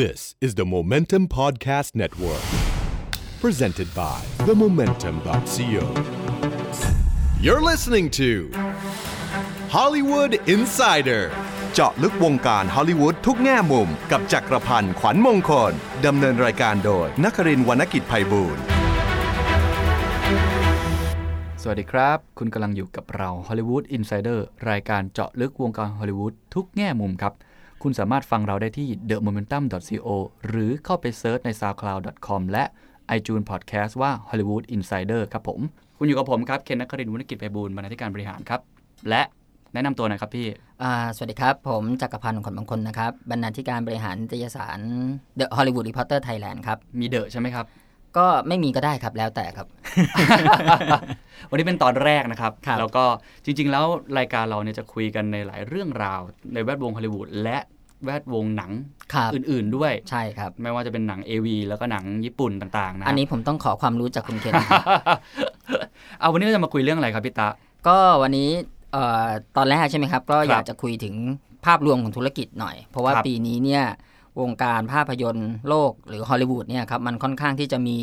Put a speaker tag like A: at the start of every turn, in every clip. A: This is the Momentum Podcast Network, presented by themomentum.co. You're listening to Hollywood Insider เจาะลึกวงการฮอลลีวูดทุกแง่มุม กับจักรพันธ์ขวัญมงคล ดำเนินรายการโดยนักรินทร์วรรณกิจไพบูลย์
B: สวัสดีครับ คุณกำลังอยู่กับเรา Hollywood Insider รายการเจาะลึกวงการฮอลลีวูดทุกแง่มุมครับ คุณสามารถฟังเราได้ที่ themomentum.co หรือเข้าไปเซิร์ชใน soundcloud.com และ iTunes Podcast ว่า Hollywood Insider ครับผม คุณอยู่กับผมครับ เคนนักครินทร์วุฒิกิจไพบูลย์บรรณาธิการบริหารครับ และแนะนำตัวหนะครับพี่
C: อ่าสวัสดีครับ ผมจักรพันธ์ขนบางคนนะครับบรรณาธิการบริหารนิตยสาร The Hollywood Reporter Thailand ครับ
B: มีเดอะใช่ไหมครับ
C: ก็ไม่มีก็ได้ครับแล้วแต่ครับ
B: วันนี้เป็นตอนแรกนะครับ
C: ครับ
B: แล้วก็จริงๆ แล้วรายการเราเนี่ยจะคุยกันในหลายเรื่องราว ในแวดวงฮอลลีวูดและแวดวงหนัง
C: ครับ
B: อื่นๆด้วย
C: ใช่ครับ
B: ไม่ว่าจะเป็นหนัง AV แล้วก็หนังญี่ปุ่นต่างๆ นะ
C: อันนี้ผมต้องขอความรู้จากคุณเคน
B: ครับ เอาวันนี้เราจะมาคุยเรื่องอะไรครับพี่ตะ
C: ก็วันนี้เอ่อตอนแรกใช่ไหมครับ ก็
B: ครับ
C: อยากจะคุยถึงภาพรวมของธุรกิจหน่อย เพราะว่า
B: ครับ
C: ปีนี้เนี่ยวงการภาพยนตร์โลกหรือฮอลลีวูดเนี่ยครับมันค่อนข้างที่จะมี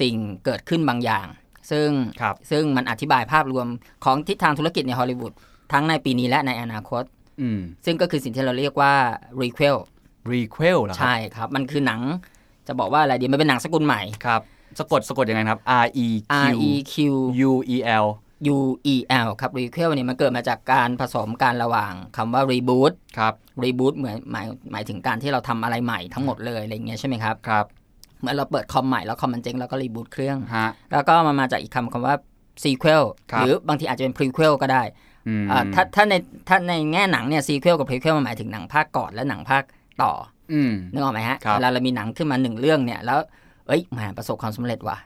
C: สิ่งเกิดขึ้นบางอย่าง ซึ่ง
B: ครับ
C: ซึ่งมันอธิบายภาพรวมของทิศทางธุรกิจในฮอลลีวูดทั้งในปีนี้และในอนาคต
B: อืม
C: ซึ่งก็คือสิ่งที่เราเรียกว่า requel
B: Requel เหรอครับ
C: ใช่ครับ มันคือหนังจะบอกว่าอะไรดี มันเป็นหนังสกุลใหม่
B: ครับ สะกดสะกดยังไงนะครับ R E Q
C: R E Q
B: U E L
C: U E L ครับ requel เนี่ยมันเกิดมาจากการผสมการระหว่างคำว่า reboot
B: ครับ
C: reboot เหมือนหมายหมายถึงการที่เราทำอะไรใหม่ทั้งหมดเลยอะไรอย่างเงี้ยใช่ไหมครับ
B: ครับ
C: เหมือนเราเปิดคอมใหม่แล้วคอมมันเจ๊งแล้วก็ reboot เครื่อง
B: ฮะ
C: แล้วก็มันมาจากอีกคำคำว่า sequel
B: ครั
C: ห
B: บ
C: รือบางทีอาจจะเป็น prequel ก็ได้
B: อืม
C: อ่าถ้าถ้าในถ้าในแง่หนังเนี่ย sequel กับ prequel มันหมายถึงหนังภาคก่อนและหนังภาคต่อ
B: อืม
C: นึกออกไหมฮะ
B: ครับ
C: เวลาเรามีหนังขึ้นมาหนึ่งเรื่องเนี่ย แล้ว เอ้ยแหมประสบความสำเร็จว่ะ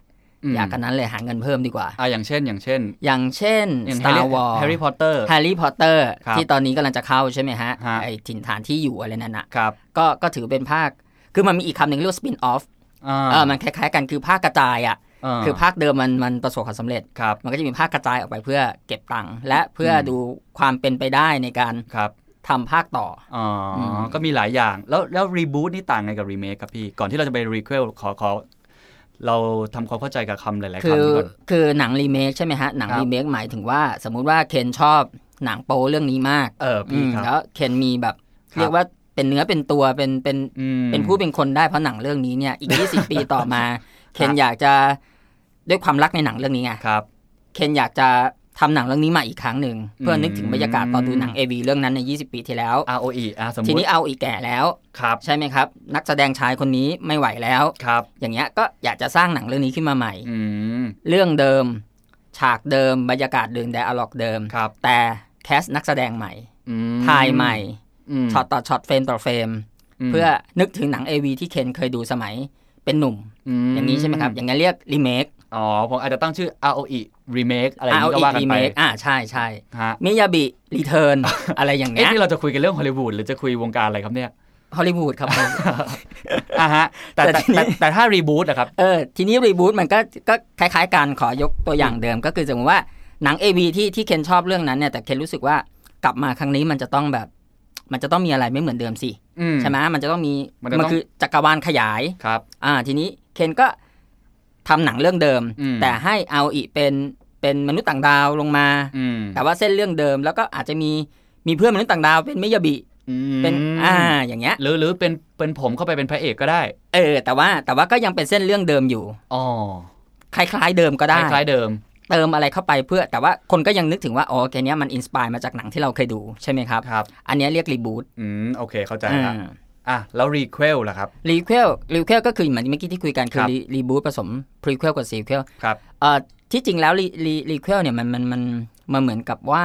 B: ม
C: อยากกันนั้นเลยหาเงินเพิ่มดีกว่า
B: อ่าอย่างเช่น อย่างเช่น
C: อย่างเช่น
B: อย่าง
C: Star Wars
B: Harry Potter
C: Harry Potter
B: ครับ
C: ที่ตอนนี้กำลังจะเข้าใช่ไหมฮะ
B: ฮะ
C: ไอถิ่นฐานที่อยู่อะไรนั่นน่ะ
B: ครับ
C: ก็ก็ถือเป็นภาค คือมันมีอีกคำหนึ่งเรียกว่า spin off
B: อ่า
C: เออมันคล้ายๆกันคือภาคกระจายอ่ะ คือภาคเดิมมันมันประสบความสำเร็จ
B: ครับ
C: มันก็จะมีภาคกระจายออกไปเพื่อเก็บตังค์และเพื่ออ
B: ม
C: ดูความเป็นไปได้ในการ
B: ครับ
C: ทำภาคต่อ
B: อ๋ออ
C: ม
B: ก็มีหลายอย่าง แล้วแล้วรีบูตนี่ต่างไงกับรีเมคครับพี่ ก่อนที่เราจะไปรีเควลขอขอเราทำความเข้าใจกับคำหลายๆ
C: คื
B: คำ
C: อ
B: นี้ก่อน
C: คือหนังรีเมคใช่ไหมฮะ หนัง
B: ครับ
C: รีเมคหมายถึงว่า สมมุติว่าเคนชอบหนังโป๊เรื่องนี้มาก
B: เออ
C: อื
B: พี่
C: ม
B: ครับ
C: แล้วเคนมีแบบ
B: ครับ
C: เรียกว่าเป็นเนื้อเป็นตัวเป็นเป็น
B: อืม
C: เป็นผู้เป็นคนได้เพราะหนังเรื่องนี้เนี่ยอีก 20 ปีต่อมา เคน
B: ครับ
C: อยากจะด้วยความรักในหนังเรื่องนี้ไง
B: ครับ
C: เคนอยากจะทำหนังเรื่องนี้มาอีกครั้งหนึ่งเพื่อนึกถึงบรรยากาศตอนดูหนัง AV เรื่องนั้นใน 20 ปีที่แล้ว
B: ROE อ่ะสมม
C: ที
B: ติ
C: นี้เอาอีกแก่แล้ว
B: ครับ
C: ใช่ไหมครับ นักแสดงชายคนนี้ไม่ไหวแล้ว
B: ครับ
C: อย่างเงี้ยก็อยากจะสร้างหนังเรื่องนี้ขึ้นมาใหม่
B: อืม
C: เรื่องเดิม ฉากเดิม บรรยากาศเดิมไดอะล็อกเดิม
B: ครับ
C: แต่แคสนักแสดงใหม่
B: อืม
C: ถ่ายใหม่
B: ม
C: ช็อตต่อช็อตเฟรมต่อเฟรม
B: ม
C: เพื่อนึกถึงหนัง AV ที่เคนเคยดูสมัยเป็นหนุ่ม
B: ม
C: อย่างนี้ใช่ไหมครับ อย่างนี้นเรียกรีเมค
B: อ๋อผมอาจจะตั้งชื่อ ROE remake อะไรอย่างนี้ก็ว่ากัน
C: รี
B: ไป
C: เมคอ่าใช่ใช่
B: ฮะ
C: มิยาบิรีเทิร์น อะไรอย่าง
B: เอ๊ะ
C: เงี้ย
B: นี่เราจะคุยกันเรื่องฮอลลีวูดหรือจะคุยวงการอะไรครับ เนี่ย
C: ฮอลลีวูดครับ
B: อ่ะฮะแต่แต่
C: แต่ทีนี้
B: แต่แต่ถ้ารีบูตอะครับ
C: เออทีนี้รีบูตมันก็ก็คล้ายๆกันขอยกตัวอย่างเดิม ก็คือสมมติว่าหนัง AV ที่ที่เคนชอบเรื่องนั้นเนี่ยแต่เคนรู้สึกว่ากลับมาครั้งนี้มันจะต้องแบบ มันจะต้องมีอะไรไม่เหมือนเดิมสิ
B: อื
C: ใช่ไหมมันจะต้องมี
B: มันจะต้อง
C: มันคือจักรวาลขยาย
B: ครับ
C: อ่า ทีนี้เคนก็ทำหนังเรื่องเดิม
B: อืม
C: แต่ให้เอาอีเป็นเป็นมนุษย์ต่างดาวลงมา
B: อืม
C: แต่ว่าเส้นเรื่องเดิมแล้วก็อาจจะมีมีเพื่อนมนุษย์ต่างดาว เป็นมิยาบิ
B: อืม
C: เป็นอ่าอย่างเงี้ย
B: หรือหรือเป็นเป็นผมเข้าไปเป็นพระเอกก็ได้
C: เออแต่ว่าแต่ว่าก็ยังเป็นเส้นเรื่องเดิมอยู่
B: อ๋อ
C: คล้ายๆเดิมก็
B: ค
C: ได้
B: ล้ายๆเดิม
C: เติมอะไรเข้าไปเพื่อ แต่ว่าคนก็ยังนึกถึงว่าอ๋อแกเนี้ยมันอินสปายมาจากหนังที่เราเคยดูใช่ไหมครับ
B: ครับ
C: อันเนี้ยเรียกรีบูต
B: อืม โอเคเข้าใจละ
C: อ่า
B: อ่ะ แล้วรีเควลล่ะครับ
C: รีเควลรีเควลก็คือเหมือนเมื่อกี้ที่คุยกัน
B: ค
C: คือ
B: รับ
C: รีบูตผสมพรีเควลกับซีเควล
B: ครับ
C: เอ่อที่จริงแล้วรีรีรีเควลเนี่ยมันมันมันมันเหมือนกับว่า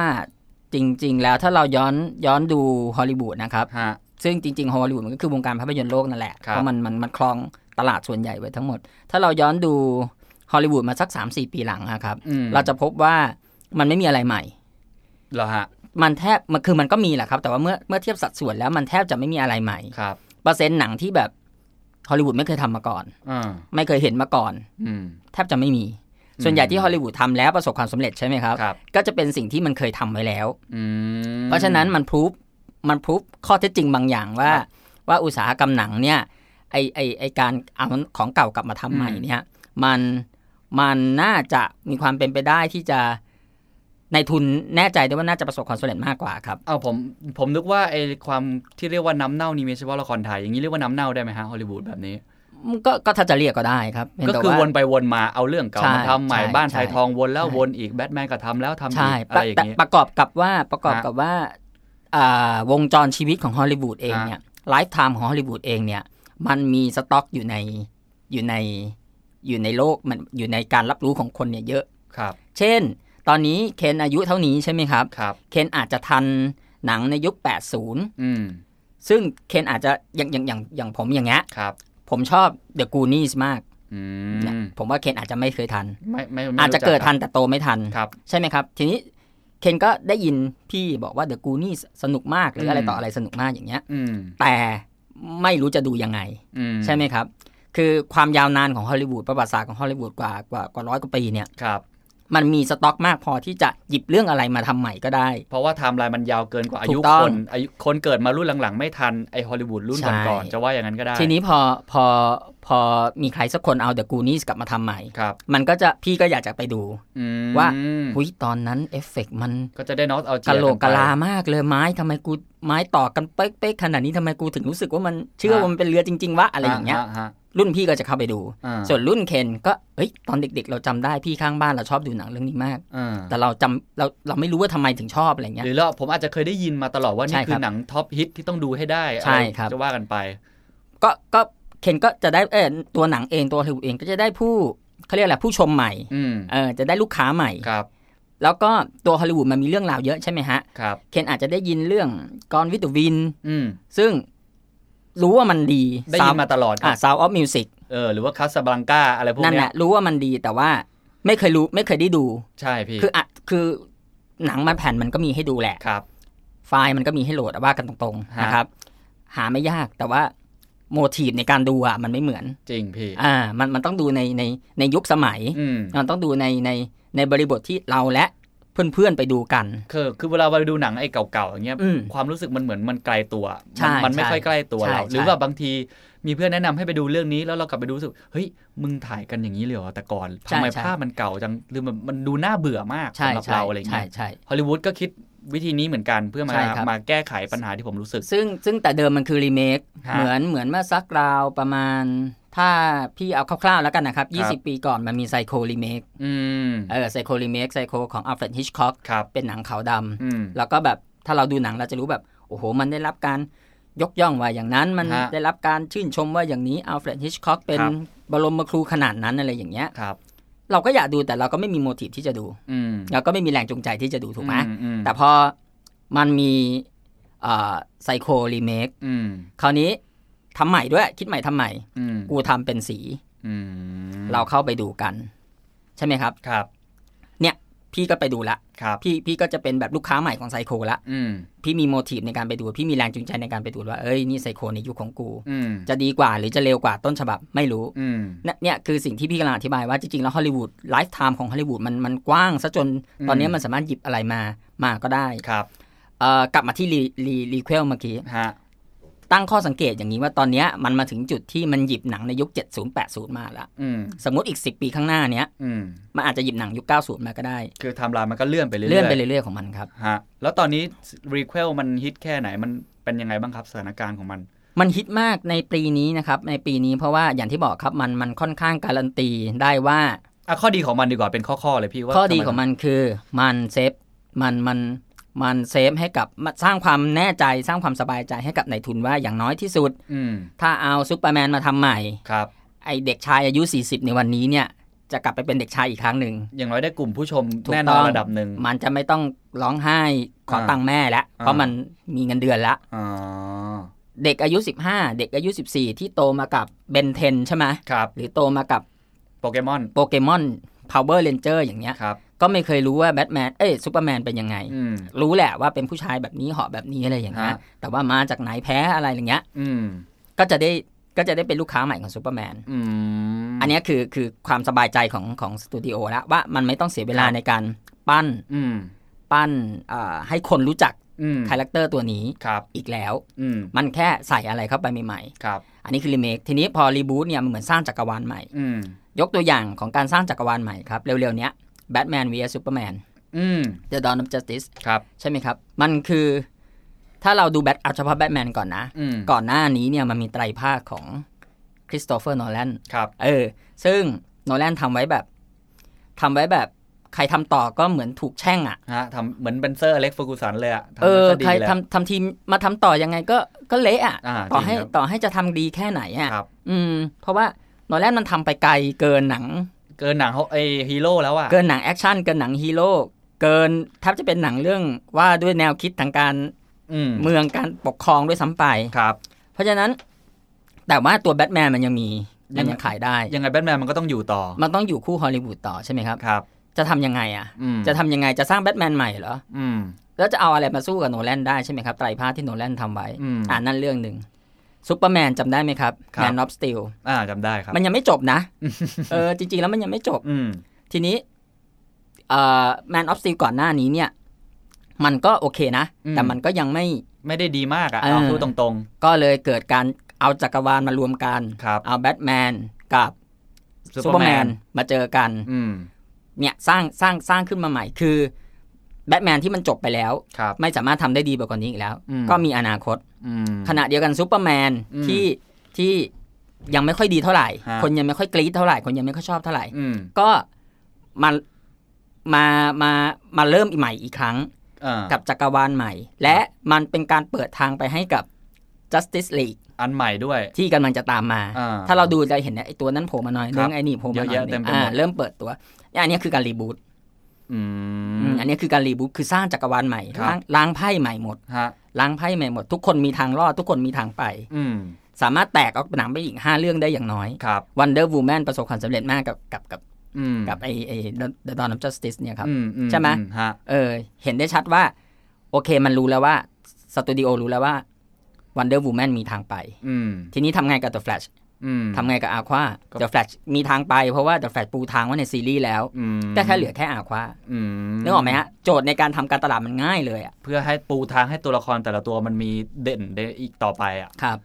C: จริง ๆ แล้วถ้าเราย้อนย้อนดูฮอลลีวูดนะครับ
B: ฮะ
C: ซึ่งจริง ๆ ฮอลลีวูดมันก็คือวงการภาพยนตร์โลกนั่นแหละ
B: ครับ
C: เพราะมันมันมันครองตลาดส่วนใหญ่ไว้ทั้งหมด ถ้าเราย้อนดูฮอลลีวูดมาสัก 3-4 ปีหลังนะครับ
B: อืม
C: เราจะพบว่ามันไม่มีอะไรใหม่
B: เหรอฮะ
C: มันแทบมันคือมันก็มีแหละครับแต่ว่าเมื่อเมื่อเทียบสัดส่วนแล้วมันแทบจะไม่มีอะไรใหม่
B: ครับ
C: เปอร์เซ็นต์หนังที่แบบฮอลลีวูดไม่เคยทำมาก่อน
B: อ่า
C: ไม่เคยเห็นมาก่อน
B: อืม
C: แทบจะไม่มี ส่วนใหญ่ที่ฮอลลีวูดทำแล้วประสบความสำเร็จใช่ไหมครับ
B: ครับ
C: ก็จะเป็นสิ่งที่มันเคยทำไว้แล้ว
B: อืม
C: เพราะฉะนั้นมันพรูฟมันพรูฟข้อเท็จจริงบางอย่างว่า
B: ครับ
C: ว่าอุตสาหกรรมหนังเนี่ยไอไอไอการเอาของเก่ากลับมาทำใหม่เนี่ยมันมันน่าจะมีความเป็นไปได้ที่จะในทุนแน่ใจได้ว่าน่าจะประสบความสำเร็จมากกว่าครับ
B: เอาผมผมนึกว่าไอ้ความที่เรียกว่าน้ำเน่านี่มีเฉพาะละครไทยอย่างนี้เรียกว่าน้ำเน่าได้ไหมฮะฮอลลีวูดแบบนี้
C: ก็ก็ถ้าจะเรียกก็ได้ครับเพียง
B: ก็
C: แต่
B: คือ
C: ว่า
B: วนไปวนมาเอาเรื่องเก่า
C: ใช่
B: มาทำใหม่
C: ใช่
B: บ้านไทย
C: ใช่
B: ทองวนแล้ว
C: ใช่
B: วนอีกแบทแมนก็ทำแล้วทำอี
C: ใช่
B: กอะไรอย่าง
C: แต่
B: นี้
C: ประกอบกับว่าประกอบ
B: ฮะ
C: กับว่าอ่าวงจรชีวิตของฮอลลีวูดเอง
B: ฮะ
C: เนี่ยไลฟ์ไทม์ของฮอลลีวูดเองเนี่ย มันมีสต็อกอยู่ในอยู่ในอยู่ในโลกมันอยู่ในการรับรู้ของคนเนี่ยเยอะ
B: ครับ
C: เช่น ตอนนี้เคนอายุเท่านี้ใช่ไหมครับ
B: ครับ
C: เคนอาจจะทันหนังในยุค 80
B: อืม
C: ซึ่งเคนอาจจะอย่างอย่างอย่างอย่างผมอย่างเงี้ย
B: ครับ
C: ผมชอบ The Goonies มาก
B: อื
C: เนี่ย
B: ม
C: ผมว่าเคนอาจจะไม่เคยทัน
B: ไม่ไม่ไม่
C: อาจจะ
B: รู้
C: เกิดทันแต่โตไม่ทัน
B: ครับ
C: ใช่ไหมครับ ทีนี้เคนก็ได้ยินพี่บอกว่า The Goonies สนุกมากหรืออะไรต่ออะไรสนุกมากอย่างเงี้ย
B: อืม
C: แต่ไม่รู้จะดูยังไง
B: อืม
C: ใช่ไหมครับ คือความยาวนานของฮอลลีวูดประวัติศาสตร์ของฮอลลีวูดกว่ากว่ากว่าร้อยกว่าปีเนี่ย
B: ครับ
C: มันมีสต็อกมากพอที่จะหยิบเรื่องอะไรมาทำใหม่ก็ได้
B: เพราะว่าไทม์ไลน์มันยาวเกินกว่าอายุ
C: ถูกต้
B: ค
C: อง
B: นอายุคนเกิดมารุ่นหลังๆ ไม่ทันไอฮอลลีวูดรุ่น
C: ใช่
B: ก่อนๆจะว่าอย่างนั้นก็ได้
C: ทีนี้พอพอพอมีใครสักคนเอา The Goonies กลับมาทำใหม่
B: ครับ
C: มันก็จะพี่ก็อยากจะไปดู
B: อืม
C: ว่า หุยตอนนั้นเอฟเฟกต์มัน
B: ก็จะได้นอตเอาเจี
C: กะ
B: ย
C: โหล
B: น
C: ก
B: ไป
C: กะลามากเลยไม้ทำไมกูไม้ต่อกันเป๊กๆขนาดนี้ทำไมกูถึงรู้สึกว่ามันเชื่อ
B: ฮะ
C: ว่ามันเป็นเรือจริง ๆวะอะไรอย่างเงี้ย
B: ฮะฮะ
C: รุ่นพี่ก็จะเข้าไปดู
B: อ่า
C: ส่วนรุ่นเคนก็เอ้ยตอนเด็ก ๆ เราจำได้พี่ข้างบ้านเราชอบดูหนังเรื่องนี้มาก
B: อ่า
C: แต่เราจำเราเราไม่รู้ว่าทำไมถึงชอบอะไรเงี้
B: ห
C: ย
B: รือเราผมอาจจะเคยได้ยินมาตลอดว่า
C: ใช่
B: นี่
C: ครับ
B: คือหนังท็อปฮิตที่ต้องดูให้ได้
C: ใช่
B: อะไร
C: ครับ
B: จะว่ากันไป
C: ก็ก็เคนก็จะได้เออตัวหนังเองตัวฮิวเองก็จะได้ผู้เขาเรียกอะไรผู้ชมใหม่
B: อืม
C: เออจะได้ลูกค้าใหม่
B: ครับ
C: แล้วก็ตัวฮอลลีวูดมันมีเรื่องราวเยอะใช่ไหมฮะ
B: ครับ
C: เคนอาจจะได้ยินเรื่องกอนวิตูวิน
B: อืม
C: ซึ่งรู้ว่ามันดี
B: ได้ยินมาตลอด
C: อ่าซาวออฟมิวสิก
B: เออหรือว่าคาสบลังกาอะไรพวก
C: นั่น
B: เนี้
C: แห
B: ย
C: ละรู้ว่ามันดีแต่ว่าไม่เคยรู้ไม่เคยได้ดู
B: ใช่พี่
C: คืออะคือหนังมันแผ่นมันก็มีให้ดูแหละ
B: ครับ
C: ไฟล์มันก็มีให้โหลดอะว่ากันตรงๆ
B: ฮะ
C: นะครับ หาไม่ยากแต่ว่าโมทีฟในการดูอ่ะมันไม่เหมือน
B: จริงพี่
C: อ่า มันมันต้องดูในในในยุคสมัย
B: อืม
C: มันต้องดูในในในบริบทที่เราและเพื่อนๆไปดูกัน
B: คือคือเวลาเราดูหนังไอ้เก่าๆอย่างเงี้ย
C: อืม
B: ความรู้สึกมันเหมือนมันไกลตัว
C: ใช่
B: มันมันไม่
C: ใช่
B: ค่อยใกล้ตัว
C: ใช่
B: เรา หรือ
C: ใช่
B: ว่าบางทีมีเพื่อนแนะนำให้ไปดูเรื่องนี้แล้วเรากลับไปดูรู้สึกเฮ้ยมึงถ่ายกันอย่างนี้เลยเหรอแต่ก่อนทำไมภาพมันเก่าจังหรือมันมันดูน่าเบื่อมาก
C: ใช่
B: สำหรับ
C: ใช่
B: เราอะไรอย่าง
C: ใช่
B: เงี้ย
C: ใช่
B: ฮอลลีวูดก็คิดวิธีนี้เหมือนกันเพื่อมา
C: ใช่ครับ
B: มาแก้ไขปัญหาที่ผมรู้สึก
C: ซึ่งซึ่งแต่เดิมมันคือรีเมค
B: ฮะ
C: เหมือนเหมือนเมื่อสักราวประมาณ ถ้าพี่เอาคร่าวๆแล้วกันนะครับ
B: ครับ
C: 20 ปีก่อนมันมีไซโครีเมค
B: อืม
C: เออไซโครีเมคไซโคของอัลเฟรดฮิชคอก
B: ครับ
C: เป็นหนังขาวด
B: อืม
C: ำแล้วก็แบบถ้าเราดูหนังเราจะรู้แบบ โอ้โห มันได้รับการยกย่องว่าอย่างนั้นมัน
B: ฮะ
C: ได้รับการชื่นชมว่าอย่างนี้อัลเฟรดฮิชคอกเป็น
B: ครับ
C: บรมครูขนาดนั้นอะไรอย่างเงี้ย
B: ครับ
C: เราก็อยากดูแต่เราก็ไม่มีโมทีฟที่จะดู
B: อืม
C: เราก็ไม่มีแรงจูงใจที่จะดูถูกไหม
B: อือื
C: แต่พอมันมีไซโครีเมค
B: อืม
C: คราวนี้ทำใหม่ด้วยคิดใหม่ทำใหม่
B: อืม
C: กูทำเป็นสี
B: อืม
C: เราเข้าไปดูกัน ใช่ไหมครับ
B: ครับ
C: พี่ก็ไปดูละ
B: ครับ
C: พี่พี่ก็จะเป็นแบบลูกค้าใหม่ของไซโคละ
B: อืม
C: พี่มีโมทีฟในการไปดู พี่มีแรงจูงใจในการไปดูว่าเอ้ยนี่ไซโคในยุคของกู
B: อืม
C: จะดีกว่าหรือจะเร็วกว่าต้นฉบับไม่รู้
B: อืม
C: เนี่ยเนี่ยคือสิ่งที่พี่กำลังอธิบายว่าจริงๆแล้วฮอลลีวูดไลฟ์ไทม์ของฮอลลีวูดมันมันกว้างซะจน
B: อืม
C: ตอนนี้มันสามารถหยิบอะไรมามาก็ได้
B: ครับ
C: เอ่อกลับมาที่รีรีรีเควลเมื่อกี้
B: ฮะ
C: ตั้งข้อสังเกตอย่างนี้ว่าตอนเนี้ยมันมาถึงจุดที่มันหยิบหนังในยุค 70 80 มาละ
B: อืม
C: สมมติอีก 10 ปีข้างหน้าเนี้ย
B: อืม
C: มันอาจจะหยิบหนังยุค 90 มาก็ได้
B: คือไทม์ไลน์มันก็เลื่อนไปเรื่อยๆ
C: เลื่อนไปเรื่อยๆของมันครับ
B: ฮะแล้วตอนนี้รีเควลมันฮิตแค่ไหนมันเป็นยังไงบ้างครับสถานการณ์ของมัน
C: มันฮิตมากในปีนี้นะครับในปีนี้เพราะว่าอย่างที่บอกครับมันมันค่อนข้างการันตีได้ว่า
B: อ่ะข้อดีของมันดีกว่าเป็นข้อๆเลยพี่ว่า
C: ข้อดี
B: ทำไ
C: ของมันคือมันเซฟมันมันมันเซฟให้กับมันสร้างความแน่ใจสร้างความสบายใจให้กับนายทุนว่าอย่างน้อยที่สุด
B: อืม
C: ถ้าเอาซูเปอร์แมนมาทำใหม่
B: ครับ
C: ไอเด็กชายอายุ 40 ในวันนี้เนี่ยจะกลับไปเป็นเด็กชายอีกครั้งหนึ่ง
B: อย่างน้อยได้กลุ่มผู้ชม
C: ถูก
B: แน่นอ
C: ต้
B: น
C: อง
B: ระดับหนึ่ง
C: มันจะไม่ต้องร้องไห้ขออา ตังค์แม่แล้วเพราะ
B: อ่ามั
C: มันมีเงินเดือนละ
B: อ๋อ
C: เด็กอายุ 15 เด็กอายุ 14 ที่โตมากับเบนเทนใช่ไหม
B: ครับ
C: หรือโตมากับ
B: โปเกมอน
C: โปเกมอนพาวเวอร์เ e นเจอร์อย่างเงี้ย
B: ครับ
C: ก็ไม่เคยรู้ว่าแบทแมน เอ้ยซูเปอร์แมนเป็นยังไง
B: อืม
C: รู้แหละว่าเป็นผู้ชายแบบนี้เหาะแบบนี้อะไรอย่างเงี้ย
B: ฮะ
C: แต่ว่ามาจากไหนแพ้อะไรอย่างเงี้ย
B: อืม
C: ก็จะได้ก็จะได้เป็นลูกค้าใหม่ของซูเปอร์แมน
B: อืม
C: อันเนี้ยคือคือความสบายใจของของสตูดิโอละว่ามันไม่ต้องเสียเวลา
B: ครับ
C: ในการปั้น
B: อืม
C: ปั้นอ่าให้คนรู้จัก
B: อืม
C: คาแรคเตอร์ตัวนี้
B: ครับ
C: อีกแล้ว
B: อืม
C: มันแค่ใส่อะไรเข้าไปใหม่
B: ครับ
C: ๆ อันนี้คือรีเมคทีนี้พอรีบูตเนี่ยมันเหมือนสร้างจักรวาลใหม่
B: อืม
C: ยกตัวอย่างของการสร้างจักรวาลใหม่ครับ เร็วๆเนี้ยแบทแมน vs ซูเปอร์แมน
B: อืม
C: The Dawn of Justice
B: ครับ
C: ใช่ไหมครับ มันคือถ้าเราดูแบทเอาเฉพาะแบทแมนก่อนนะ
B: อืม
C: ก่อนหน้านี้เนี่ยมันมีไตรภาคของคริสโตเฟอร์โนแลน
B: ครับ
C: เออ ซึ่งโนแลนทำไว้แบบทำไว้แบบ ใครทำต่อก็เหมือนถูกแช่งอะ่ะ
B: ฮะทำเหมือนเบนเซอร์เล็กเฟอร์กูสันเลยอะทำ
C: เออ
B: มาซะดี
C: ใคร
B: เลย
C: ทำทำทีมมาทำต่อยังไงก็ก็เละอะ
B: อ่า
C: ่ะ ต่อให้
B: จริงครับ
C: ต่อให้จะทำดีแค่ไหนอะ่ะ
B: ครับ
C: อืม เพราะว่าโนแลนมันทำไปไกลเกินหนัง
B: เกินหนังเขาไอฮีโร่แล้วอะ
C: เกินหนังแอคชั่นเกินหนังฮีโร่เกินแทบจะเป็นหนังเรื่องว่าด้วยแนวคิดทางการ
B: อืม
C: เมืองการปกครองด้วยซ้ำไป
B: ครับ
C: เพราะฉะนั้น แต่ว่าตัวแบทแมนมันยังมี
B: ยั
C: มัน
B: ง
C: ยังขายได้
B: ยังไงแบทแมนมันก็ต้องอยู่ต่อ
C: มันต้องอยู่คู่ฮอลลีวูดต่อใช่ไหมครับ
B: ครับ
C: จะทำยังไงอ่ะ
B: อืม
C: จะทำยังไงจะสร้างแบทแมนใหม่เหรอ
B: อืม
C: แล้วจะเอาอะไรมาสู้กับโนแลนได้ใช่ไหมครับ ไตรภาคที่โนแลนทำไว้
B: อืม
C: อ่านั่นเรื่องหนึ่งซูเปอร์แมนจำได้ไหมครับ
B: ครับ
C: แมนนอฟสตีล
B: อ่าจำได้ครับ
C: มันยังไม่จบนะ เออจริงๆแล้วมันยังไม่จบ
B: อืม
C: ทีนี้แมนออฟสตีลก่อนหน้านี้เนี่ย มันก็โอเคนะ แต่มันก็ยังไม่
B: ไม่ได้ดีมากอะ
C: เออ
B: เอาพูดตรง
C: ก็เลยเกิดการเอาจักรวาลมารวมกัน
B: ๆครับ
C: เอาแบทแมนกับซูเปอร์แมนมาเจอกัน
B: อืม
C: เนี่ยสร้างสร้างสร้างขึ้นมาใหม่คือแบทแมนที่มันจบไปแล้ว
B: ครับ
C: ไม่สามารถทำได้ดีไปกว่านี้อีกแล้ว
B: อืม
C: ก็มีอนาคต
B: อืม
C: ขณะเดียวกันซูเปอร์แมน
B: อืม
C: ที่ที่ยังไม่ค่อยดีเท่าไหร่
B: ฮะ
C: คนยังไม่ค่อยกรี๊ดเท่าไหร่ คนยังไม่ค่อยชอบเท่าไหร่
B: อืม
C: ก็มามามามาเริ่มใหม่อีกครั้ง
B: อ่า
C: กับจักรวาลใหม่ และมันเป็นการเปิดทางไปให้กับ Justice League
B: อันใหม่ด้วย
C: ที่กำลังจะตามมา
B: อ่า
C: ถ้าเราดูจะเห็นไอ้ตัวนั้นโผล่มาหน่อย
B: ครั
C: นึ
B: บ
C: งไอ้นี่โผล่มาหน่อย
B: เยอะแยะ
C: นึ
B: เต็ม
C: ง
B: ไปหมด
C: อ่าเริ่มเปิดตัวอันนี้คือการรีบูต
B: อื
C: อื
B: ม
C: มอันนี้คือการรีบูทคือสร้างจักรวาลใหม่
B: ครับ
C: ล้างล้างไพ่ใหม่หมด
B: ฮะ
C: ล้างไพ่ใหม่หมด ทุกคนมีทางรอด ทุกคนมีทางไป
B: อืม
C: สามารถแตกออกเป็นหนังไปอีก 5 เรื่องได้อย่างน้อย
B: ครับ
C: Wonder Woman ประสบความสำเร็จมากกับกับกับ
B: อืม
C: กับไอไอ The Dawn of Justice เนี่ยครับ
B: อือื
C: ใช่ไหม
B: อืฮะ
C: เออเห็นได้ชัดว่า โอเคมันรู้แล้วว่าสตูดิโอรู้แล้วว่า Wonder Woman มีทางไป
B: อืม
C: ทีนี้ทำไงกับ The Flash
B: อืม
C: ทำไงกับ Aqua
B: ก็
C: The Flash มีทางไปเพราะว่า The Flash ปูทางไว้ในซีรีส์แล้ว
B: อืม
C: ก็แค่เหลือแค่ Aqua
B: อืม
C: นึกออกไหมฮะโจทย์ในการทำการตลาดมันง่ายเลยอะ
B: เพื่อให้ปูทางให้ตัวละครแต่ละตัวมันมีเด่นได้อีกต่อไปอ่ะ
C: ครับ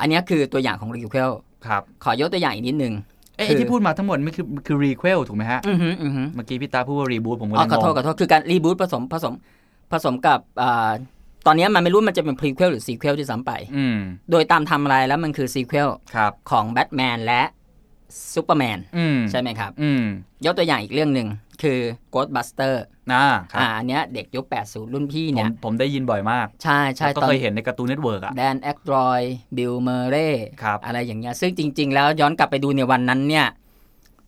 C: อันเนี้ยคือตัวอย่างของรีเควล
B: ครับ
C: ขอยกตัวอย่างอีกนิดนึง
B: เอ้ย
C: คือ
B: ไอ้ที่พูดมาทั้งหมดมันคือมันคือรีเควลถูกไหมฮะ
C: อือหืออือหือ
B: เมื่อกี้พี่ตาพูดว่ารีบูทผมก็
C: อ๋
B: เล
C: อย ขอโทษ
B: งง
C: ขอโทษคือการรีบูตผสมผสมผสมกับอ่าตอนเนี้ยมันไม่รู้มันจะเป็นพรีเควลหรือซีเควลที่ซ้ำไป
B: อืม
C: โดยตามไทำลายแล้วมันคือซีเควล
B: ครับ
C: ของแบทแมนและซูเปอร์แมน
B: อืม
C: ใช่ไหมครับ
B: อืม
C: ยกตัวอย่างอีกเรื่องหนึ่งคือ Ghostbuster
B: อ่าครั
C: อ่า
B: บ
C: อันเนี้ยเด็กยุค 80 รุ่นพี่
B: ผม
C: เนี่ย
B: ผมได้ยินบ่อยมาก
C: ใช่ใช่
B: แล้วก็
C: ตอน
B: เคยเห็นในการ์ตูนเน็ตเวิร์กอ่ะ
C: แดนแอครอยบิลเมเร่
B: ครับ
C: อะไรอย่างเงี้ยซึ่งจริง ๆ แล้วย้อนกลับไปดูในวันนั้นเนี่ย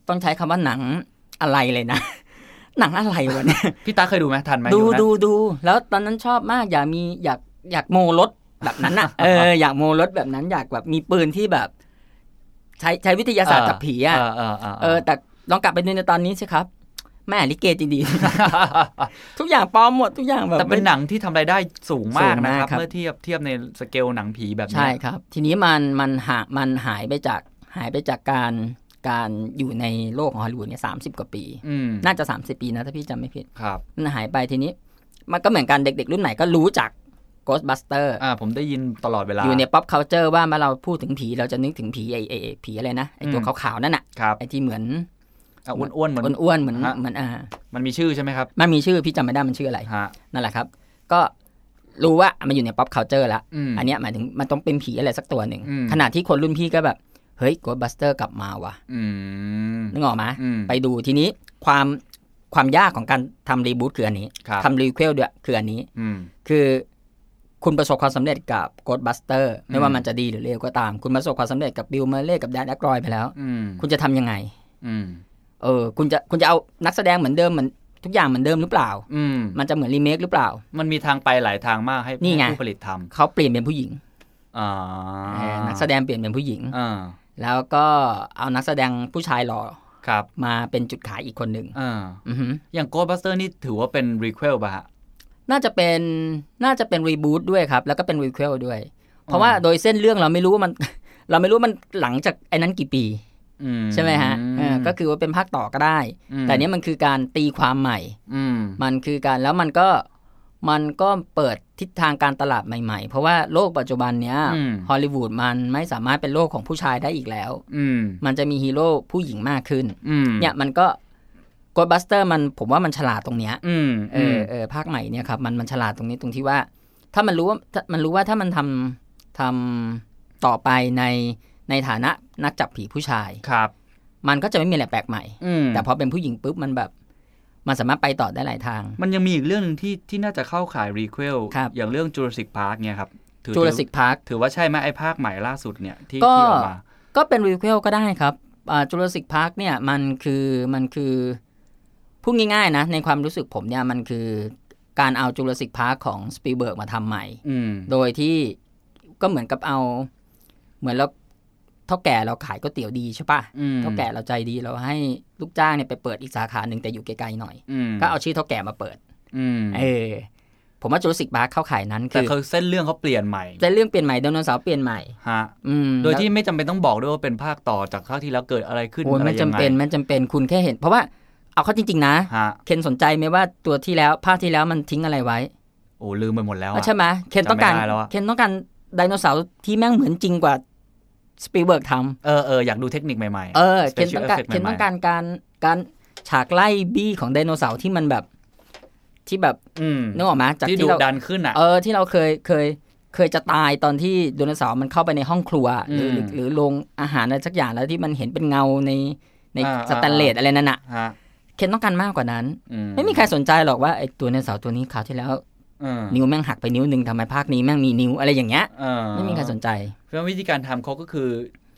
C: ต้องใช้คำว่าหนังอะไรเลยนะ หนังอะไรวะเนี่ย
B: พี่ตาเคยดูไหมทันไหม
C: ดู
B: ยุคนั้น
C: ดูดูแล้วตอนนั้นชอบมาก อยากมีอยากอยากโมรถแบบนั้นอ่ะ เอออยากโมรถแบบนั้นอยากแบบมีปืนที่แบบ ใช้ใช้วิทยาศาสตร์จับผีอ่ะ
B: เออเออเออ
C: เออแต่ลองกลับไปดูในตอนนี้สิครับ แม่ลิเกจริงๆ ทุกอย่างปลอมหมดทุกอย่างแบ บ
B: แต่เป็นหนังที่ทำรายได้สูงมากนะค
C: สูงมา
B: รับ
C: กครับ
B: เมื่อเทียบเทียบในสเกลหนังผีแบบเนี้
C: ใช่
B: ย
C: ครับ ทีนี้มันมันหามันหายไปจากหายไปจากการการอยู่ในโลกของฮอลลีวูดเนี่ยสามสิบกว่าปี
B: อืม
C: น่าจะ 30 ปีนะ ถ้าพี่จำไม่ผิด
B: ครับ
C: มันหายไปทีนี้ มันก็เหมือนกันเด็กๆ รุ่นไหนก็รู้จัก Ghostbuster
B: อ่าผมได้ยินตลอดเวลา
C: อยู่ใน pop culture ว่าเมื่อเราพูดถึงผี เราจะนึกถึงผีไอ้ไอ้ไอ้ผีอะไรนะ ไอ้ตัว
B: อืม
C: ขาวๆ นั่นน่ะ
B: ครับ
C: ไอ้ที่เหมือน
B: อ่ะอ้วนๆเหมือน
C: อ้วนๆ เหมือน
B: ฮะ
C: เหมือนอ่า
B: มันมีชื่อใช่ไหมครับ
C: มันมีชื่อพี่จำไม่ได้มันชื่ออะไร
B: ฮะ
C: นั่นแหละครับ ก็รู้ว่ามันอยู่ใน pop culture แล้ว
B: อืม
C: อันเนี้ยหมายถึงมันต้องเป็นผีอะไรสักตัวหนึ่ง
B: อืม
C: ขณะที่คนรุ่นพี่ก็แบบเฮ้ย Ghostbuster กลับมาว่ะ
B: อืม
C: นึกออกไหมย
B: อืม
C: ไปดูทีนี้ความความยากของการทำรีบูตคืออันนี้
B: ครับ
C: ทำรีเควลด้วยคืออันนี้
B: อืม
C: คือคุณประสบความสำเร็จกับ Ghostbuster
B: อื
C: ไม่
B: ม
C: ว่ามันจะดีหรือเลวก็ตาม คุณประสบความสำเร็จกับบิลเมเล่กับแดนแอครอยไปแล้ว
B: อืม
C: คุณจะทำยังไง
B: อืม
C: เออ คุณจะคุณจะเอานักแสดงเหมือนเดิมเหมือนทุกอย่างเหมือนเดิมหรือเปล่า
B: อืม
C: มันจะเหมือนรีเมคหรือเปล่า
B: มันมีทางไปหลายทางมากให้
C: นี่ไง
B: ให้ผู้ผลิตท
C: เขาเปลี่ยนเป็นผู้หญิง
B: ำอ่า
C: เออนักแสดงเปลี่ยนเป็นผู้หญิง
B: อ่า
C: แล้วก็เอานักแสดงผู้ชายหล่อ
B: ครับ
C: มาเป็นจุดขายอีกคนหนึ่ง
B: อ่า
C: อือหือ
B: อย่างโกดบัสเตอร์นี่ถือว่าเป็นรีเควลป่ะฮะ
C: น่าจะเป็นน่าจะเป็นรีบูตด้วยครับ แล้วก็เป็นรีเควลด้วย เพราะ
B: อ๋อ
C: ว่าโดยเส้นเรื่องเราไม่รู้ว่ามัน เราไม่รู้ว่ามันหลังจากไอ้นั้นกี่ปี
B: อื
C: ใช่ไหมฮะเออก็คือว่าเป็นภาคต่อก็ได้ แต่เนี้ยมันคือการตีความใหม่
B: อืม
C: มันคือการแล้วมันก็ มันก็เปิดทิศทางการตลาดใหม่ๆ เพราะว่าโลกปัจจุบันเนี้ย
B: อืม
C: ฮอลลีวูดมันไม่สามารถเป็นโลกของผู้ชายได้อีกแล้ว
B: อืม
C: มันจะมีฮีโร่ผู้หญิงมากขึ้น
B: อืม
C: เนี่ยมันก็กดบัสเตอร์มันผมว่ามันฉลาดตรงเนี้ย
B: อืม
C: เออเออภาคใหม่เนี่ยครับมันมันฉลาดตรงนี้ตรงที่ว่า ถ้ามันรู้ว่าถ้ามันรู้ว่าถ้ามันทำทำต่อไปในในฐานะนักจับผีผู้ชาย
B: ครับ
C: มันก็จะไม่มีอะไรแปลกใหม่
B: อืม
C: แต่พอเป็นผู้หญิงปุ๊บมันแบบ มันสามารถไปต่อได้หลายทาง
B: มันยังมีอีกเรื่องหนึ่งที่ที่น่าจะเข้าข่ายรีเควล
C: ครับ
B: อย่างเรื่อง Jurassic Park เนี่ยครับถือ
C: จูราสิกพาร์ค
B: ถือว่าใช่ไหมไอ้ภาคใหม่ล่าสุดเนี่ยที่
C: ก็
B: ที่ออกมา
C: ก็เป็นรีเควลก็ได้ครับจูราสิกพาร์คเนี่ยมันคือมันคือพูดง่ายๆนะ ในความรู้สึกผมเนี่ยมันคือการเอาจูราสิกพาร์คของสปีเบิร์กมาทำใหม่
B: อืม
C: โดยที่ก็เหมือนกับเอา เหมือนเราเท่าแก่เราขายก๋วยเตี๋ยวดีใช่ปะ
B: อืม
C: เท่าแก่เราใจดีเราให้ลูกจ้างเนี่ยไปเปิดอีกสาขาหนึ่งแต่อยู่ไกลๆหน่อย
B: อืม
C: ก็เอาชื่อเท่าแก่มาเปิด
B: อืม
C: เออ ผมว่าจูราสิกพาร์คเข้าขายนั้น
B: แต่
C: คือ
B: คือเส้นเรื่องเขาเปลี่ยนใหม่
C: จะเรื่องเปลี่ยนใหม่ไดโนเสาร์เปลี่ยนใหม่
B: ฮะ
C: อืม
B: โดยที่ไม่จำเป็นต้องบอกด้วยว่าเป็นภาคต่อจากภาคที่แล้วเกิดอะไรขึ้น
C: โอ้ย
B: อะไร
C: มัน
B: ยั
C: จำ
B: งไง
C: เป็นมันจำเป็นคุณแค่เห็น เพราะว่าเอาเข้าจริง ๆ นะ
B: ฮะ
C: เคนสนใจไหมว่าตัวที่แล้วภาคที่แล้วมันทิ้งอะไรไว้
B: โอ้ลืมไปหมดแล้วอะ
C: ใช่ไหมเคนต้องการ
B: จำไม่ได้แล้วอะ
C: เคนต้องการไดโนเสาร์ที่แม่งเหมือนจริงกว่าสปีเบิร์กท
B: เออเอออยากดูเทคนิคใหม่
C: ำเออ เคน
B: Special
C: ต้องการ
B: effect
C: เคน
B: ใหม่ๆ
C: ต้องการการการฉากไล่บี้ของไดโนเสาร์ที่มันแบบ ที่แบบ
B: อืม
C: นึกออกไหมจาก
B: ที่
C: ที่
B: ดุ
C: เรา
B: ดันขึ้นอ่ะ
C: เออที่เราเคยเคยเคยจะตายตอนที่ไดโนเสาร์มันเข้าไปในห้องครัวหรือหรือ
B: อืม
C: หรือโรงอาหารอะไรสักอย่างแล้วที่มันเห็นเป็นเงาในใน
B: อ่า
C: สแตนเลส
B: อ่า
C: อะไรนั่นน่ะ
B: ฮะ
C: เคนต้องการมากกว่านั้น
B: อื
C: ไม่มีใครสนใจหรอกว่าไอ้ตัวไดโนเสาร์ตัวนี้คราวที่แล้ว
B: อืม
C: นิ้วแม่งหักไปนิ้วหนึ่งทำไมภาคนี้แม่งมีนิ้วอะไรอย่างเงี้ย
B: เออ
C: ไม่มีใครสนใจ
B: เพราะว่าวิธีการทำเขาก็คือ